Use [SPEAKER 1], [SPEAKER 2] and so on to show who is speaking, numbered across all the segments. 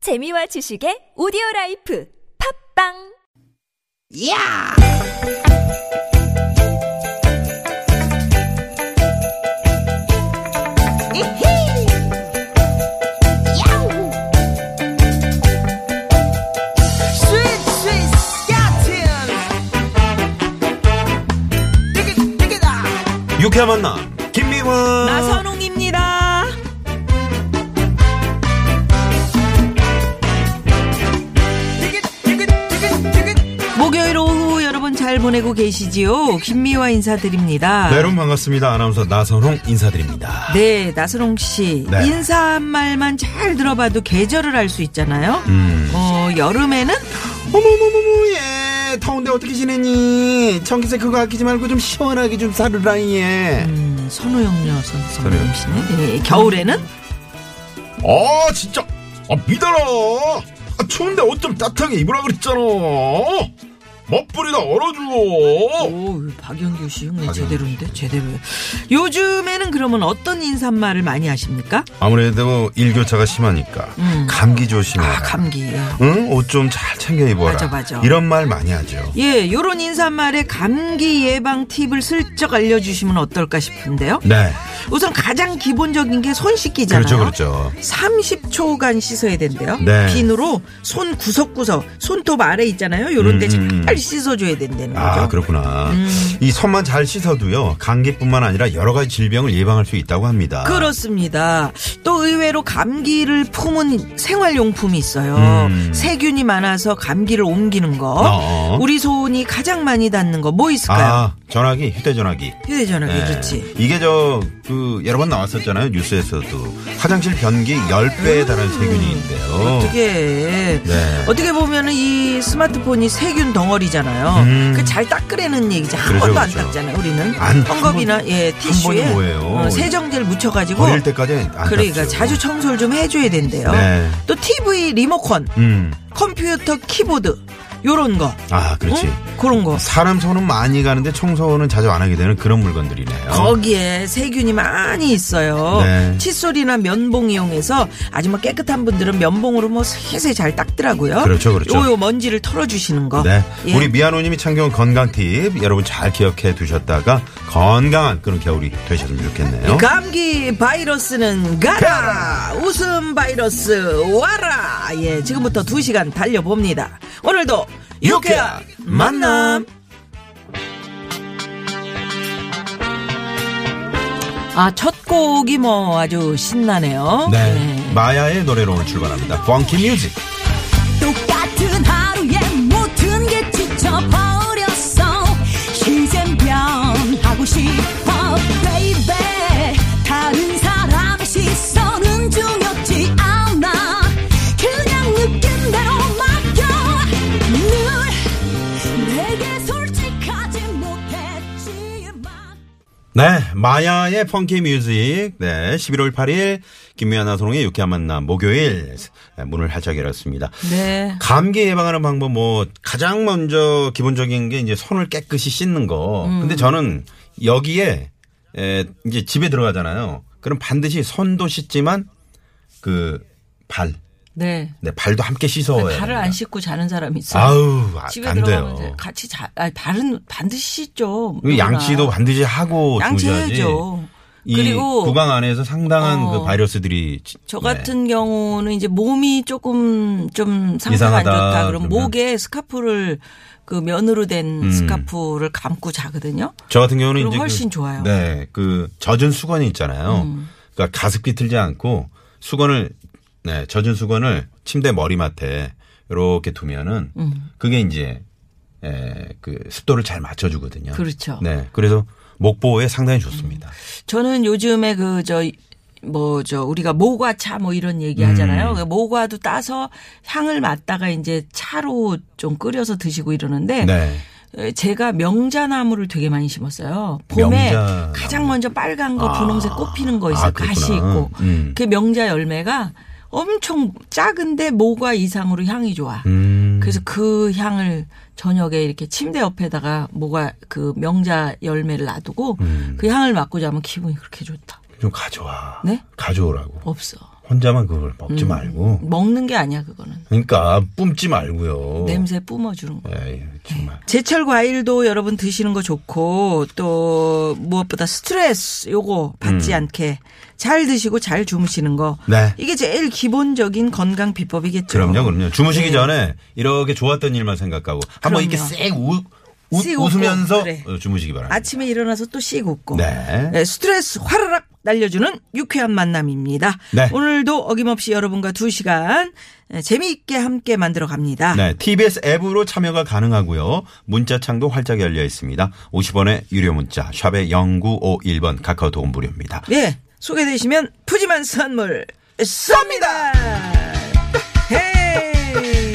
[SPEAKER 1] 재미와 지식의 오디오 라이프 팝빵
[SPEAKER 2] 야! 이히! 야우! 스윗, 스윗, 스캇틴! 띠깃, 띠깃아!
[SPEAKER 3] 유쾌한 만남 김미화
[SPEAKER 4] 나선홍입니다.
[SPEAKER 2] 띠깃, 띠깃, 띠깃, 띠깃!
[SPEAKER 4] 목요일 오후 여러분 잘 보내고 계시지요? 김미화 인사드립니다.
[SPEAKER 3] 네, 여러분 반갑습니다 아나운서 나선홍 인사드립니다
[SPEAKER 4] 네, 나선홍 씨.
[SPEAKER 3] 네.
[SPEAKER 4] 인사한 말만 잘 들어봐도 계절을 알 수 있잖아요.
[SPEAKER 3] 음.
[SPEAKER 4] 어, 여름에는
[SPEAKER 3] 어머머머머 예 더운데 어떻게 지내니 전기세 그거 아끼지 말고 좀 시원하게 좀 살으라 예
[SPEAKER 4] 음, 선우영 여선
[SPEAKER 3] 선우영 어.
[SPEAKER 4] 선우영 씨네. 예, 겨울에는
[SPEAKER 3] 아 진짜 아 미달아 아, 추운데 옷 좀 따뜻하게 입으라 그랬잖아 멋부리다 얼어 죽어
[SPEAKER 4] 오, 박영규 씨 흉내
[SPEAKER 3] 박영규
[SPEAKER 4] 제대로인데 제대로. 요즘에는 그러면은 어떤 인사말을 많이 하십니까?
[SPEAKER 3] 아무래도 일교차가 심하니까
[SPEAKER 4] 음.
[SPEAKER 3] 감기 조심해라
[SPEAKER 4] 아, 감기. 예.
[SPEAKER 3] 응? 옷 좀 잘 챙겨 입어라
[SPEAKER 4] 맞아, 맞아.
[SPEAKER 3] 이런 말 많이 하죠
[SPEAKER 4] 예, 요런 인사말에 감기 예방 팁을 슬쩍 알려주시면 어떨까 싶은데요.
[SPEAKER 3] 네
[SPEAKER 4] 우선 가장 기본적인 게 손 씻기잖아요.
[SPEAKER 3] 그렇죠 그렇죠
[SPEAKER 4] 30초간 씻어야 된대요.
[SPEAKER 3] 네.
[SPEAKER 4] 비누로 손 구석구석, 손톱 아래 있잖아요. 요런 데
[SPEAKER 3] 음, 음.
[SPEAKER 4] 잘 씻어줘야 된다는
[SPEAKER 3] 아,
[SPEAKER 4] 거죠. 음.
[SPEAKER 3] 그렇구나. 이 손만 잘 씻어도요, 감기뿐만 아니라 여러 가지 질병을 예방할 수 있다고 합니다.
[SPEAKER 4] 그렇습니다. 또 의외로 감기를 품은 생활용품이 있어요.
[SPEAKER 3] 음.
[SPEAKER 4] 세균이 많아서 감기를 옮기는 거.
[SPEAKER 3] 어.
[SPEAKER 4] 우리 손이 가장 많이 닿는 거 뭐 있을까요?
[SPEAKER 3] 아, 전화기, 휴대전화기.
[SPEAKER 4] 휴대전화기
[SPEAKER 3] 네.
[SPEAKER 4] 그렇지.
[SPEAKER 3] 이게 저, 그, 여러 번 나왔었잖아요, 뉴스에서도. 화장실 변기
[SPEAKER 4] 음.
[SPEAKER 3] 10배에 달하는 세균이 있대요.
[SPEAKER 4] 어떻게
[SPEAKER 3] 네.
[SPEAKER 4] 어떻게 보면은 이 스마트폰이 세균 덩어리잖아요.
[SPEAKER 3] 음.
[SPEAKER 4] 그 잘 닦으라는 얘기지 한
[SPEAKER 3] 그렇죠,
[SPEAKER 4] 번도 안
[SPEAKER 3] 그렇죠.
[SPEAKER 4] 닦잖아요. 우리는
[SPEAKER 3] 안, 한
[SPEAKER 4] 헝겊이나 예
[SPEAKER 3] 번이
[SPEAKER 4] 티슈에
[SPEAKER 3] 뭐예요?
[SPEAKER 4] 어, 세정제를 묻혀가지고
[SPEAKER 3] 버릴 때까지 안
[SPEAKER 4] 그러니까
[SPEAKER 3] 닦죠.
[SPEAKER 4] 자주 청소를 좀 해줘야 된대요.
[SPEAKER 3] 네.
[SPEAKER 4] 또 TV 리모컨,
[SPEAKER 3] 음.
[SPEAKER 4] 컴퓨터 키보드 요런 거,
[SPEAKER 3] 아, 그렇지.
[SPEAKER 4] 응? 그런 거.
[SPEAKER 3] 사람 손은 많이 가는데 청소는 자주 안 하게 되는 그런 물건들이네요.
[SPEAKER 4] 거기에 세균이 많이 있어요.
[SPEAKER 3] 네.
[SPEAKER 4] 칫솔이나 면봉 이용해서 아주 뭐 깨끗한 분들은 면봉으로 뭐 세세 잘 닦더라고요.
[SPEAKER 3] 그렇죠, 그렇죠.
[SPEAKER 4] 요요 먼지를 털어주시는 거.
[SPEAKER 3] 네.
[SPEAKER 4] 예.
[SPEAKER 3] 우리 미아노님이 참겨온 건강 팁 여러분 잘 기억해 두셨다가 건강한 그런 겨울이 되셨으면
[SPEAKER 4] 예,
[SPEAKER 3] 좋겠네요.
[SPEAKER 4] 감기 바이러스는 가라! 웃음 바이러스 와라! 예, 지금부터 두시간 달려봅니다. 오늘도 유쾌한 만남! 아, 첫 곡이 뭐 아주 신나네요.
[SPEAKER 3] 네.
[SPEAKER 4] 네.
[SPEAKER 3] 마야의 노래로 오늘 출발합니다. 펑키 뮤직.
[SPEAKER 5] 똑같은 하루에 모든 게 지쳐버렸어 이젠 변하고 싶어 baby 다른 사람의 시선은 중요치 않아 그냥 느낌대로 맡겨 늘 내게 솔직하지 못했지만
[SPEAKER 3] 네. 마야의 펑키 뮤직. 네. 11월 8일 김미아나 소롱의 유쾌한 만남 목요일 네, 문을 활짝 열었습니다.
[SPEAKER 4] 네.
[SPEAKER 3] 감기 예방하는 방법 뭐 가장 먼저 기본적인 게 이제 손을 깨끗이 씻는 거.
[SPEAKER 4] 음.
[SPEAKER 3] 근데 저는 여기에 에 이제 집에 들어가잖아요. 그럼 반드시 손도 씻지만 그 발,
[SPEAKER 4] 네.
[SPEAKER 3] 네 발도 함께 씻어요.
[SPEAKER 4] 그
[SPEAKER 3] 예.
[SPEAKER 4] 발을 안 씻고 자는 사람이 있어요.
[SPEAKER 3] 아우 아,
[SPEAKER 4] 집에
[SPEAKER 3] 안
[SPEAKER 4] 들어가면
[SPEAKER 3] 돼요.
[SPEAKER 4] 같이 자, 아니, 발은 반드시 씻죠.
[SPEAKER 3] 그 양치도 반드시 하고 주무셔야지.
[SPEAKER 4] 양치해야죠.
[SPEAKER 3] 이
[SPEAKER 4] 그리고
[SPEAKER 3] 구강 안에서 상당한
[SPEAKER 4] 어,
[SPEAKER 3] 그 바이러스들이 지-
[SPEAKER 4] 저
[SPEAKER 3] 네.
[SPEAKER 4] 같은 경우는 이제 몸이 조금 좀 상태가 안
[SPEAKER 3] 이상하다
[SPEAKER 4] 좋다. 그럼
[SPEAKER 3] 그러면. 음.
[SPEAKER 4] 목에 스카프를 그 면으로 된 스카프를 감고 자거든요.
[SPEAKER 3] 저 같은 경우는
[SPEAKER 4] 그럼
[SPEAKER 3] 이제
[SPEAKER 4] 훨씬
[SPEAKER 3] 그,
[SPEAKER 4] 좋아요. 음.
[SPEAKER 3] 네, 그 젖은 수건이 있잖아요. 그러니까 가습기 틀지 않고 수건을 네 젖은 수건을 침대 머리맡에 이렇게 두면은
[SPEAKER 4] 음.
[SPEAKER 3] 그게 이제 에, 그 습도를 잘 맞춰주거든요.
[SPEAKER 4] 그렇죠. 음.
[SPEAKER 3] 네, 그래서 목 보호에 상당히 좋습니다.
[SPEAKER 4] 저는 요즘에 그 저 뭐 저 우리가 모과차 뭐 이런 얘기
[SPEAKER 3] 음.
[SPEAKER 4] 하잖아요. 그 모과도 따서 향을 맡다가 이제 차로 좀 끓여서 드시고 이러는데
[SPEAKER 3] 네,
[SPEAKER 4] 에, 제가 명자나무를 되게 많이 심었어요. 봄에
[SPEAKER 3] 명자나무.
[SPEAKER 4] 가장 먼저 빨간 거, 분홍색 꽃 피는 거 있어요.
[SPEAKER 3] 아, 그렇구나.
[SPEAKER 4] 가시 있고.
[SPEAKER 3] 음.
[SPEAKER 4] 그 명자 열매가 엄청 작은데 모과 이상으로 향이 좋아.
[SPEAKER 3] 음,
[SPEAKER 4] 그래서 그 향을 저녁에 이렇게 침대 옆에다가 모과 그 명자 열매를
[SPEAKER 3] 음.
[SPEAKER 4] 놔두고 그 향을 맡고 자면 기분이 그렇게 좋다.
[SPEAKER 3] 좀 가져와.
[SPEAKER 4] 네? 음.
[SPEAKER 3] 가져오라고.
[SPEAKER 4] 없어.
[SPEAKER 3] 혼자만 그걸 먹지 말고
[SPEAKER 4] 먹는 게 아니야 그거는.
[SPEAKER 3] 그러니까 뿜지 말고요.
[SPEAKER 4] 냄새 뿜어주는 거.
[SPEAKER 3] 에이, 정말.
[SPEAKER 4] 제철 과일도 여러분 드시는 거 좋고 또 무엇보다 스트레스 요거 받지 않게 잘 드시고 잘 주무시는 거.
[SPEAKER 3] 음. 네.
[SPEAKER 4] 이게 제일 기본적인 건강 비법이겠죠.
[SPEAKER 3] 그럼요, 그럼요. 주무시기
[SPEAKER 4] 네.
[SPEAKER 3] 전에 이렇게 좋았던 일만 생각하고 한번 이렇게
[SPEAKER 4] 그럼요.
[SPEAKER 3] 쌩 우, 우,
[SPEAKER 4] 씩 웃고,
[SPEAKER 3] 웃으면서
[SPEAKER 4] 그래.
[SPEAKER 3] 어, 주무시기 바랍니다.
[SPEAKER 4] 아침에 일어나서 또 씩 웃고
[SPEAKER 3] 네.
[SPEAKER 4] 네, 스트레스 화르락 날려주는 유쾌한 만남입니다.
[SPEAKER 3] 네.
[SPEAKER 4] 오늘도 어김없이 여러분과 두 시간 네, 재미있게 함께 만들어 갑니다.
[SPEAKER 3] 네, TBS 앱으로 참여가 가능하고요. 문자창도 활짝 열려 있습니다. 50원의 유료 문자 샵의 0951번 카카오톡은 무료입니다.
[SPEAKER 4] 예, 소개되시면 푸짐한 선물 쏩니다. 헤이.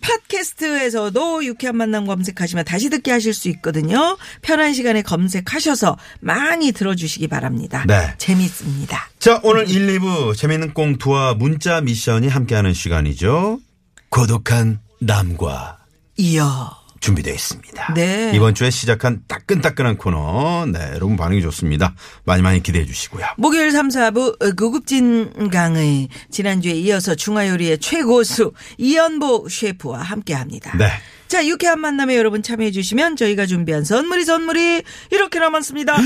[SPEAKER 4] 팟캐스트에서도 유쾌한 만남 검색하시면 다시 듣게 하실 수 있거든요. 편한 시간에 검색하셔서 많이 들어주시기 바랍니다.
[SPEAKER 3] 네.
[SPEAKER 4] 재밌습니다.
[SPEAKER 3] 자, 오늘 1, 2부 재밌는 꽁투와 문자 미션이 함께하는 시간이죠. 고독한 남과
[SPEAKER 4] 이어.
[SPEAKER 3] 준비되어 있습니다.
[SPEAKER 4] 네.
[SPEAKER 3] 이번 주에 시작한 따끈따끈한 코너. 네, 여러분 반응이 좋습니다. 많이 많이 기대해 주시고요.
[SPEAKER 4] 목요일 3, 4부 고급진 강의 지난주에 이어서 중화요리의 최고수 이연보 셰프와 함께합니다.
[SPEAKER 3] 네.
[SPEAKER 4] 자 유쾌한 만남에 여러분 참여해 주시면 저희가 준비한 선물이 선물이 이렇게나 많습니다.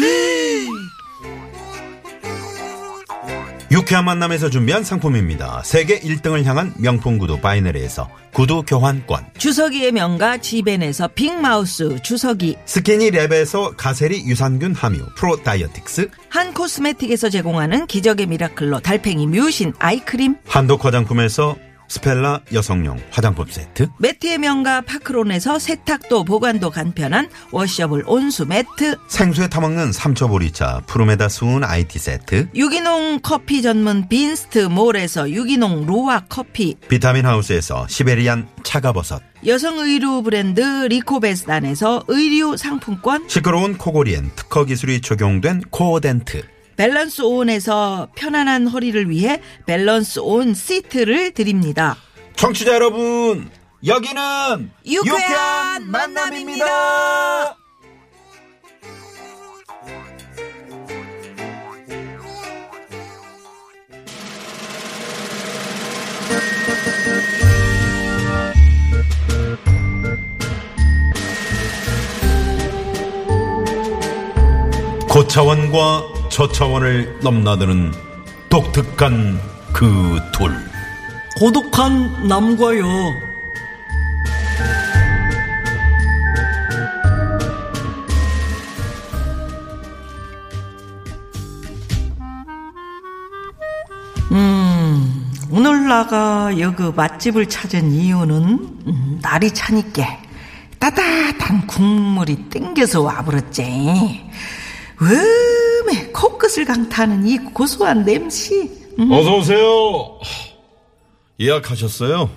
[SPEAKER 3] 유쾌한 만남에서 준비한 상품입니다. 세계 1등을 향한 명품 구두 바이네리에서 구두 교환권.
[SPEAKER 4] 주석이의 명가 지벤에서 빅마우스 주석이
[SPEAKER 3] 스키니 랩에서 가세리 유산균 함유 프로 다이어틱스.
[SPEAKER 4] 한 코스메틱에서 제공하는 기적의 미라클로 달팽이 뮤신 아이크림
[SPEAKER 3] 한독 화장품에서 스펠라 여성용 화장품 세트.
[SPEAKER 4] 매트의 명가 파크론에서 세탁도 보관도 간편한 워셔블 온수 매트
[SPEAKER 3] 생수에 타먹는 삼초보리차 푸르메다 수은 IT 세트.
[SPEAKER 4] 유기농 커피 전문 빈스트 몰에서 유기농 로아 커피,
[SPEAKER 3] 비타민 하우스에서 시베리안 차가버섯.
[SPEAKER 4] 여성 의류 브랜드 리코베스단에서 의류 상품권,
[SPEAKER 3] 시끄러운 코골이엔 특허 기술이 적용된 코어덴트.
[SPEAKER 4] 밸런스 온에서 편안한 허리를 위해 밸런스 온 시트를 드립니다.
[SPEAKER 3] 청취자 여러분, 여기는
[SPEAKER 4] 유쾌한 만남입니다.
[SPEAKER 3] 고차원과 저차원을 넘나드는 독특한 그 둘.
[SPEAKER 4] 고독한 남과요. 음, 오늘나가 여그 맛집을 찾은 이유는 음, 날이 차니께 따뜻한 국물이 땡겨서 와버렸지. 음에 코끝을 강타하는 이 고소한 냄새. 음,
[SPEAKER 3] 어서오세요. 예약하셨어요?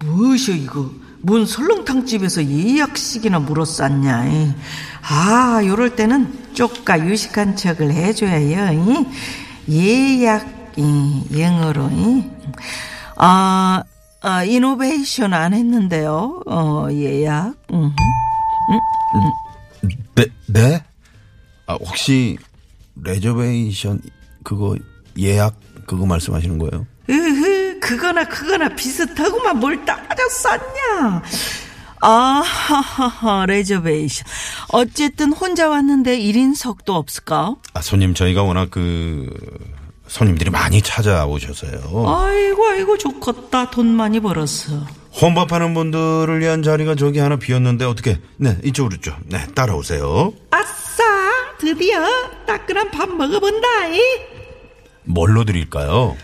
[SPEAKER 4] 무엇이여 이거 뭔 설렁탕집에서 예약식이나 물었었냐 이. 아 요럴 때는 쪽가 유식한 척을 해줘야요 이. 예약 이, 영어로 이. 아, 아 이노베이션 안 했는데요 어 예약 음.
[SPEAKER 3] 네? 네? 아, 혹시 레저베이션 그거 예약 그거 말씀하시는 거예요?
[SPEAKER 4] 으흐, 그거나 그거나 비슷하고만 뭘 따졌었냐. 아하하하, 레저베이션. 어쨌든 혼자 왔는데 1인석도 없을까?
[SPEAKER 3] 아, 손님 저희가 워낙 그 손님들이 많이
[SPEAKER 4] 어?
[SPEAKER 3] 찾아오셔서요.
[SPEAKER 4] 아이고, 아이고, 좋겠다. 돈 많이 벌었어.
[SPEAKER 3] 혼밥하는 분들을 위한 자리가 저기 하나 비었는데 어떻게? 네, 이쪽으로 좀. 네, 따라오세요.
[SPEAKER 4] 아싸! 드디어 따끈한 밥 먹어본다, 이.
[SPEAKER 3] 뭘로 드릴까요?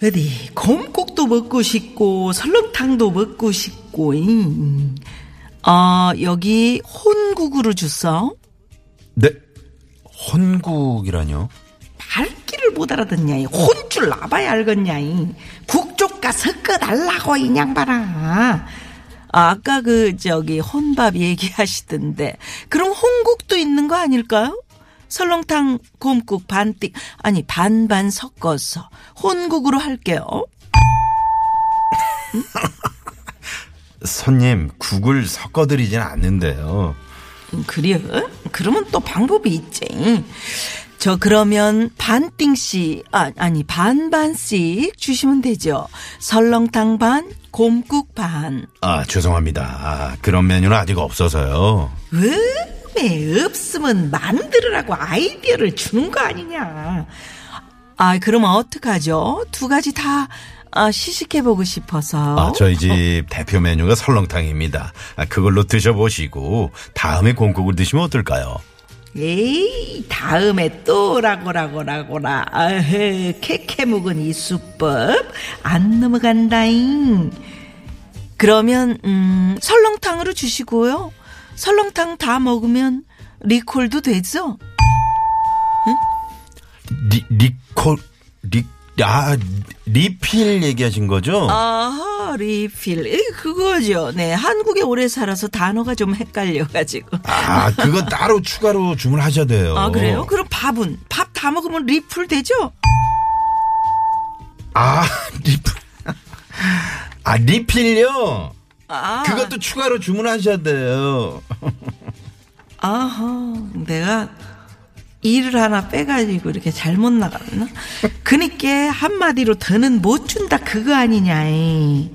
[SPEAKER 4] 어디, 곰국도 먹고 싶고, 설렁탕도 먹고 싶고, 이. 음. 아, 여기 혼국으로 주서.
[SPEAKER 3] 네. 혼국이라뇨?
[SPEAKER 4] 발길을 못 알아듣냐 이 혼줄 나봐야 알겠냐 이 국조가 섞어달라고 이 양반아 아, 아까 그 저기 혼밥 얘기하시던데 그럼 홍국도 있는 거 아닐까요? 설렁탕 곰국 반띵 아니 반반 섞어서 혼국으로 할게요
[SPEAKER 3] 손님, 국을 섞어 드리진 않는데요.
[SPEAKER 4] 어? 음, 그래요? 그러면 또 방법이 있지. 저 그러면 반띵씩 아, 아니 반반씩 주시면 되죠. 설렁탕 반, 곰국 반.
[SPEAKER 3] 아, 죄송합니다. 아, 그런 메뉴는 아직 없어서요.
[SPEAKER 4] 음에 없으면 만들으라고 아이디어를 주는 거 아니냐. 아 그러면 어떡하죠? 두 가지 다 아, 시식해 보고 싶어서.
[SPEAKER 3] 아, 저희 집 대표 메뉴가 설렁탕입니다. 아, 그걸로 드셔보시고 다음에 곰국을 드시면 어떨까요?
[SPEAKER 4] 에이 다음에 또 라고라고라고라 아헤 캐캐 묵은 이 수법 안 넘어간다잉 그러면 음 설렁탕으로 주시고요 설렁탕 다 먹으면 리콜도 되죠
[SPEAKER 3] 리, 리콜 리, 아 리필 얘기하신 거죠?
[SPEAKER 4] 아하 리필 에이, 그거죠 네 한국에 오래 살아서 단어가 좀 헷갈려가지고
[SPEAKER 3] 아, 그거 따로 추가로 주문하셔야 돼요.
[SPEAKER 4] 아 그래요
[SPEAKER 3] 어.
[SPEAKER 4] 그럼 밥은 밥 다 먹으면 리필 되죠
[SPEAKER 3] 아, 리필. 아, 리필요?
[SPEAKER 4] 아
[SPEAKER 3] 그것도 추가로 주문하셔야 돼요.
[SPEAKER 4] 아하, 내가 일을 하나 빼가지고 이렇게 잘못 나갔나? 그니까 한마디로 더는 못 준다 그거 아니냐. 이.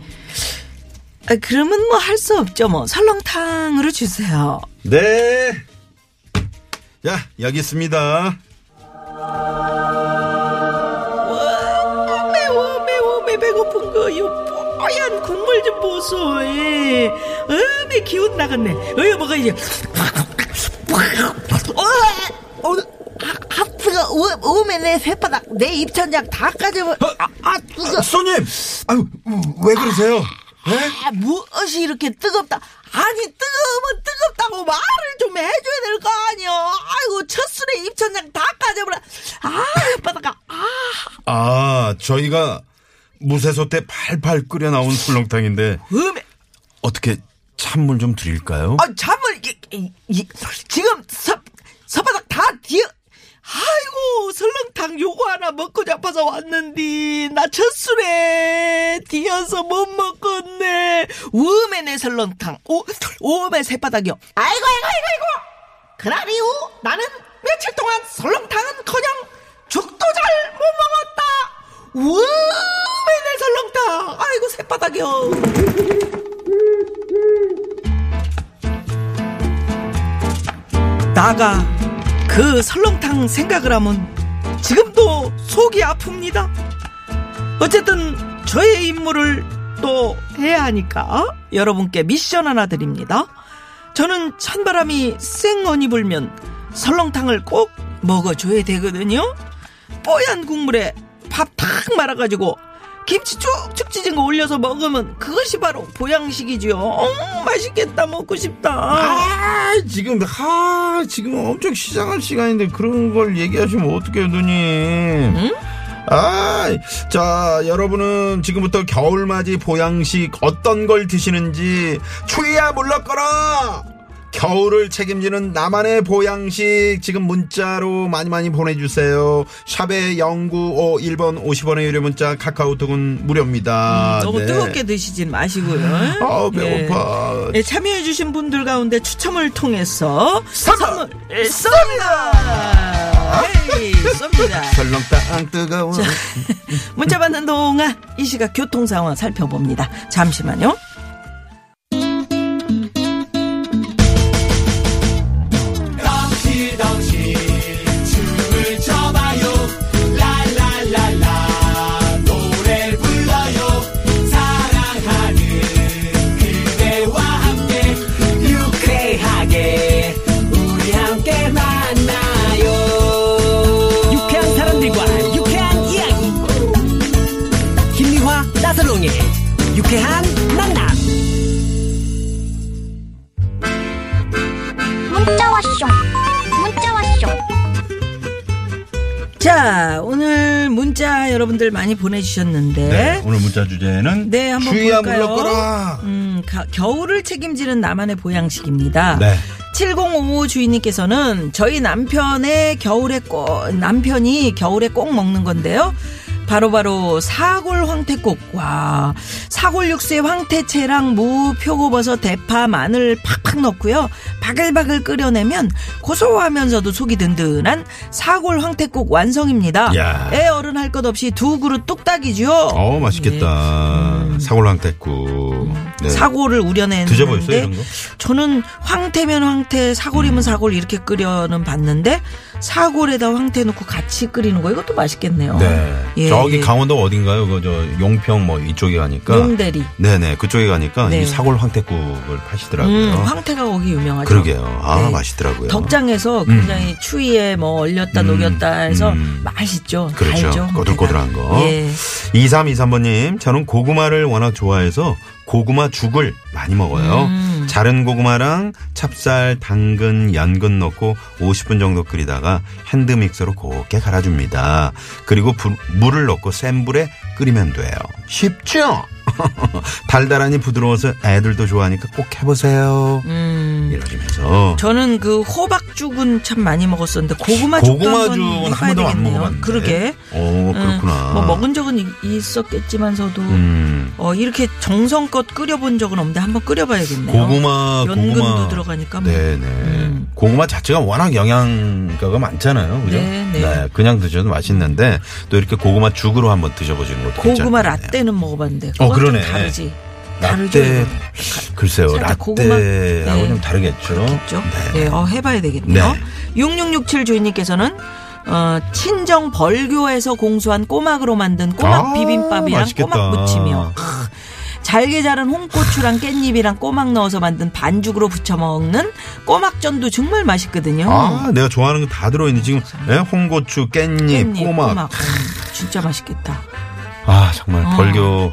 [SPEAKER 4] 아, 그러면 뭐 할 수 없죠. 뭐 설렁탕으로 주세요.
[SPEAKER 3] 네. 자, 여기 있습니다.
[SPEAKER 4] 와, 매워 매워 매 배고픈 거. 이 뽀얀 국물 좀 보소. 예. 어, 매 기운 나갔네. 어여 뭐가 이제.
[SPEAKER 6] 어, 오늘 하, 하트가 오, 오면 내 쇳바닥 내 입천장 다 까져버
[SPEAKER 4] 어?
[SPEAKER 6] 아, 아 뜨거
[SPEAKER 3] 어, 손님! 아유, 왜 그러세요? 예?
[SPEAKER 6] 아, 무엇이 이렇게 뜨겁다 아니 뜨거우면 뜨겁다고 말을 좀 해줘야 될 거 아니여 아이고 첫술에 입천장 다 까져버려 아 쇳바닥아 아
[SPEAKER 3] 아, 저희가 무쇠솥 에 팔팔 끓여 나온 술렁탕인데
[SPEAKER 6] 음에
[SPEAKER 3] 어떻게 찬물 좀 드릴까요?
[SPEAKER 6] 아 잠을 이, 이, 이, 지금 섭 섭바닥 다 뒤에 아이고 설렁탕 요거 하나 먹고 자빠서 왔는디 나 첫술에 뒤어서 못 먹었네 우음에 내 설렁탕 오 우음에 새바닥이요 아이고 아이고 아이고 아이고 그날 이후 나는 며칠 동안 설렁탕은커녕 죽도 잘 못 먹었다 우음에 내 설렁탕 아이고 새바닥이요.
[SPEAKER 4] 나가 그 설렁탕 생각을 하면 지금도 속이 아픕니다. 어쨌든 저의 임무를 또 해야 하니까 여러분께 미션 하나 드립니다. 저는 찬바람이 쌩언이 불면 설렁탕을 꼭 먹어줘야 되거든요. 뽀얀 국물에 밥 탁 말아가지고 김치 쭉쭉 찢은 거 올려서 먹으면 그것이 바로 보양식이지요. 음, 맛있겠다 먹고 싶다.
[SPEAKER 3] 아, 지금, 하, 지금 엄청 시장할 시간인데 그런 걸 얘기하시면 어떡해요, 누님. 아, 자, 여러분은 지금부터 겨울맞이 보양식 어떤 걸 드시는지 추위야 물러거라! 겨울을 책임지는 나만의 보양식 지금 문자로 많이 많이 보내주세요. 샵에 0951번 50원의 유료 문자 카카오톡은 무료입니다.
[SPEAKER 4] 음, 너무
[SPEAKER 3] 네.
[SPEAKER 4] 뜨겁게 드시진 마시고요.
[SPEAKER 3] 아우, 배고파.
[SPEAKER 4] 예. 예, 참여해주신 분들 가운데 추첨을 통해서 선물 쏩니다. 헤이, 쏩니다.
[SPEAKER 3] 설렁탕 뜨거워.
[SPEAKER 4] 문자 받는 동안 이 시각 교통 상황 살펴봅니다. 잠시만요.
[SPEAKER 7] 유쾌한 사람들과 유쾌한 이야기 김미화 나선롱의 유쾌한 만남
[SPEAKER 8] 문자 왔쇼 문자 왔쇼
[SPEAKER 4] 자, 오늘 문자 여러분들 많이 보내주셨는데.
[SPEAKER 3] 네, 오늘 문자 주제는
[SPEAKER 4] 네, 한번
[SPEAKER 3] 추위야
[SPEAKER 4] 볼까요?
[SPEAKER 3] 물러거라.
[SPEAKER 4] 음, 가- 겨울을 책임지는 나만의 보양식입니다.
[SPEAKER 3] 네.
[SPEAKER 4] 7055 주인님께서는 저희 남편의 겨울에 꼭 남편이 겨울에 꼭 먹는 건데요. 바로바로 사골 황태국과 사골 육수에 황태채랑 무, 표고버섯, 대파, 마늘 팍팍 넣고요. 바글바글 끓여내면 고소하면서도 속이 든든한 사골 황태국 완성입니다.
[SPEAKER 3] 야.
[SPEAKER 4] 애 어른 할 것 없이 두 그릇 뚝딱이죠.
[SPEAKER 3] 어 맛있겠다. 사골황태국. 네.
[SPEAKER 4] 음. 사골을 우려낸
[SPEAKER 3] 드셔보셨어요, 이런 거?
[SPEAKER 4] 저는 황태면 황태 사골이면
[SPEAKER 3] 음.
[SPEAKER 4] 사골 이렇게 끓여는 봤는데 사골에다 황태 넣고 같이 끓이는 거 이것도 맛있겠네요.
[SPEAKER 3] 네.
[SPEAKER 4] 예,
[SPEAKER 3] 저기
[SPEAKER 4] 예.
[SPEAKER 3] 강원도 어딘가요? 그저 용평 뭐 이쪽에 가니까.
[SPEAKER 4] 용대리. 음,
[SPEAKER 3] 네네 그쪽에 가니까
[SPEAKER 4] 네.
[SPEAKER 3] 이 사골 황태국을 파시더라고요.
[SPEAKER 4] 음, 황태가 거기 유명하죠.
[SPEAKER 3] 그러게요. 아
[SPEAKER 4] 네.
[SPEAKER 3] 맛있더라고요.
[SPEAKER 4] 덕장에서 굉장히 추위에 뭐 얼렸다 녹였다 해서
[SPEAKER 3] 음.
[SPEAKER 4] 맛있죠.
[SPEAKER 3] 그렇죠.
[SPEAKER 4] 달죠, 황태가.
[SPEAKER 3] 꼬들꼬들한 거.
[SPEAKER 4] 예.
[SPEAKER 3] 2323번님, 저는 고구마를 워낙 좋아해서 고구마 죽을 많이 먹어요.
[SPEAKER 4] 음.
[SPEAKER 3] 자른 고구마랑 찹쌀, 당근, 연근 넣고 50분 정도 끓이다가 핸드믹서로 곱게 갈아줍니다. 그리고 불- 물을 넣고 센 불에 끓이면 돼요. 쉽죠? 달달하니 부드러워서 애들도 좋아하니까 꼭 해보세요.
[SPEAKER 4] 음.
[SPEAKER 3] 이러시면서.
[SPEAKER 4] 저는 그 호박죽은 참 많이 먹었었는데 고구마 죽도
[SPEAKER 3] 고구마
[SPEAKER 4] 한번
[SPEAKER 3] 죽은 한
[SPEAKER 4] 해봐야
[SPEAKER 3] 번도 안
[SPEAKER 4] 되겠네요.
[SPEAKER 3] 먹어봤는데.
[SPEAKER 4] 그러게.
[SPEAKER 3] 어,
[SPEAKER 4] 음,
[SPEAKER 3] 그렇구나.
[SPEAKER 4] 뭐 먹은 적은 이- 있었겠지만서도
[SPEAKER 3] 음.
[SPEAKER 4] 어, 이렇게 정성껏 끓여본 적은 없는데 한번 끓여봐야겠네요.
[SPEAKER 3] 고구마
[SPEAKER 4] 연근도
[SPEAKER 3] 고구마
[SPEAKER 4] 들어가니까 뭐.
[SPEAKER 3] 네네 고구마 자체가 워낙 영양가가 많잖아요 그죠
[SPEAKER 4] 네, 네.
[SPEAKER 3] 그냥 드셔도 맛있는데 또 이렇게 고구마 죽으로 한번 드셔보시는 것도
[SPEAKER 4] 고구마
[SPEAKER 3] 괜찮을 것 같네요.
[SPEAKER 4] 라떼는 먹어봤는데
[SPEAKER 3] 어,
[SPEAKER 4] 그건 좀
[SPEAKER 3] 그러네.
[SPEAKER 4] 다르지. 다르죠.
[SPEAKER 3] 라떼
[SPEAKER 4] 이거는.
[SPEAKER 3] 글쎄요
[SPEAKER 4] 살짝
[SPEAKER 3] 라떼하고
[SPEAKER 4] 고구마?
[SPEAKER 3] 좀
[SPEAKER 4] 네.
[SPEAKER 3] 다르겠죠
[SPEAKER 4] 그렇겠죠.
[SPEAKER 3] 네.
[SPEAKER 4] 네, 어, 해봐야 되겠네요.
[SPEAKER 3] 네.
[SPEAKER 4] 6667 주인님께서는 어, 친정 벌교에서 공수한 꼬막으로 만든 꼬막
[SPEAKER 3] 아,
[SPEAKER 4] 비빔밥이랑
[SPEAKER 3] 맛있겠다.
[SPEAKER 4] 꼬막 무침이요. 크, 잘게 자른 홍고추랑 깻잎이랑 꼬막 넣어서 만든 반죽으로 부쳐 먹는 꼬막전도 정말 맛있거든요.
[SPEAKER 3] 아 내가 좋아하는 거 다 들어있는 지금 예, 홍고추 깻잎, 꼬막,
[SPEAKER 4] 음, 진짜 맛있겠다.
[SPEAKER 3] 아 정말 벌교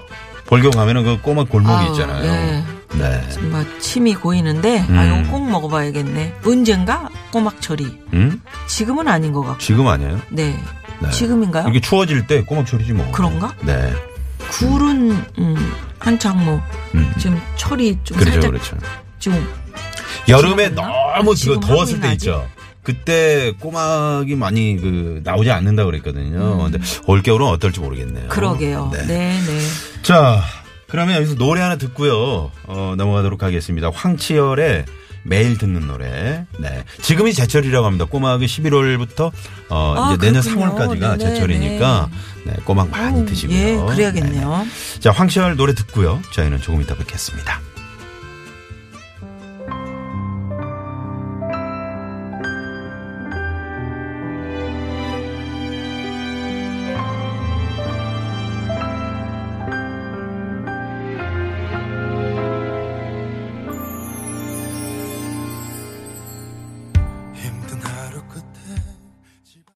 [SPEAKER 3] 벌교 가면은 그 꼬막 골목이
[SPEAKER 4] 아유,
[SPEAKER 3] 있잖아요
[SPEAKER 4] 예.
[SPEAKER 3] 네
[SPEAKER 4] 막뭐 침이 고이는데 아
[SPEAKER 3] 음.
[SPEAKER 4] 이거 꼭 먹어봐야겠네. 언젠가 꼬막철이
[SPEAKER 3] 음?
[SPEAKER 4] 지금은 아닌 것 같고.
[SPEAKER 3] 지금 아니에요
[SPEAKER 4] 네.
[SPEAKER 3] 네.
[SPEAKER 4] 지금인가요?
[SPEAKER 3] 이렇게 추워질 때 꼬막 철이지 뭐
[SPEAKER 4] 그런가?
[SPEAKER 3] 네
[SPEAKER 4] 굴은 음, 한창 뭐
[SPEAKER 3] 음.
[SPEAKER 4] 지금 철이 좀
[SPEAKER 3] 그렇죠
[SPEAKER 4] 살짝
[SPEAKER 3] 그렇죠
[SPEAKER 4] 지금
[SPEAKER 3] 여름에
[SPEAKER 4] 지금
[SPEAKER 3] 너무
[SPEAKER 4] 지금
[SPEAKER 3] 그 더웠을
[SPEAKER 4] 하고
[SPEAKER 3] 때
[SPEAKER 4] 있나,
[SPEAKER 3] 있죠. 그때 꼬막이 많이 그 나오지 않는다 그랬거든요. 근데 올겨울은 어떨지 모르겠네요.
[SPEAKER 4] 음. 그러게요.
[SPEAKER 3] 네.
[SPEAKER 4] 네, 네.
[SPEAKER 3] 자, 그러면 여기서 노래 하나 듣고요. 어, 넘어가도록 하겠습니다. 황치열의 매일 듣는 노래. 네. 지금이 제철이라고 합니다. 꼬막이 11월부터 어,
[SPEAKER 4] 아,
[SPEAKER 3] 이제 내년
[SPEAKER 4] 그렇군요.
[SPEAKER 3] 3월까지가
[SPEAKER 4] 네네,
[SPEAKER 3] 제철이니까 네, 꼬막 많이
[SPEAKER 4] 아우,
[SPEAKER 3] 드시고요.
[SPEAKER 4] 예, 그래야겠네요.
[SPEAKER 3] 네. 자, 황치열 노래 듣고요. 저희는 조금 이따 뵙겠습니다.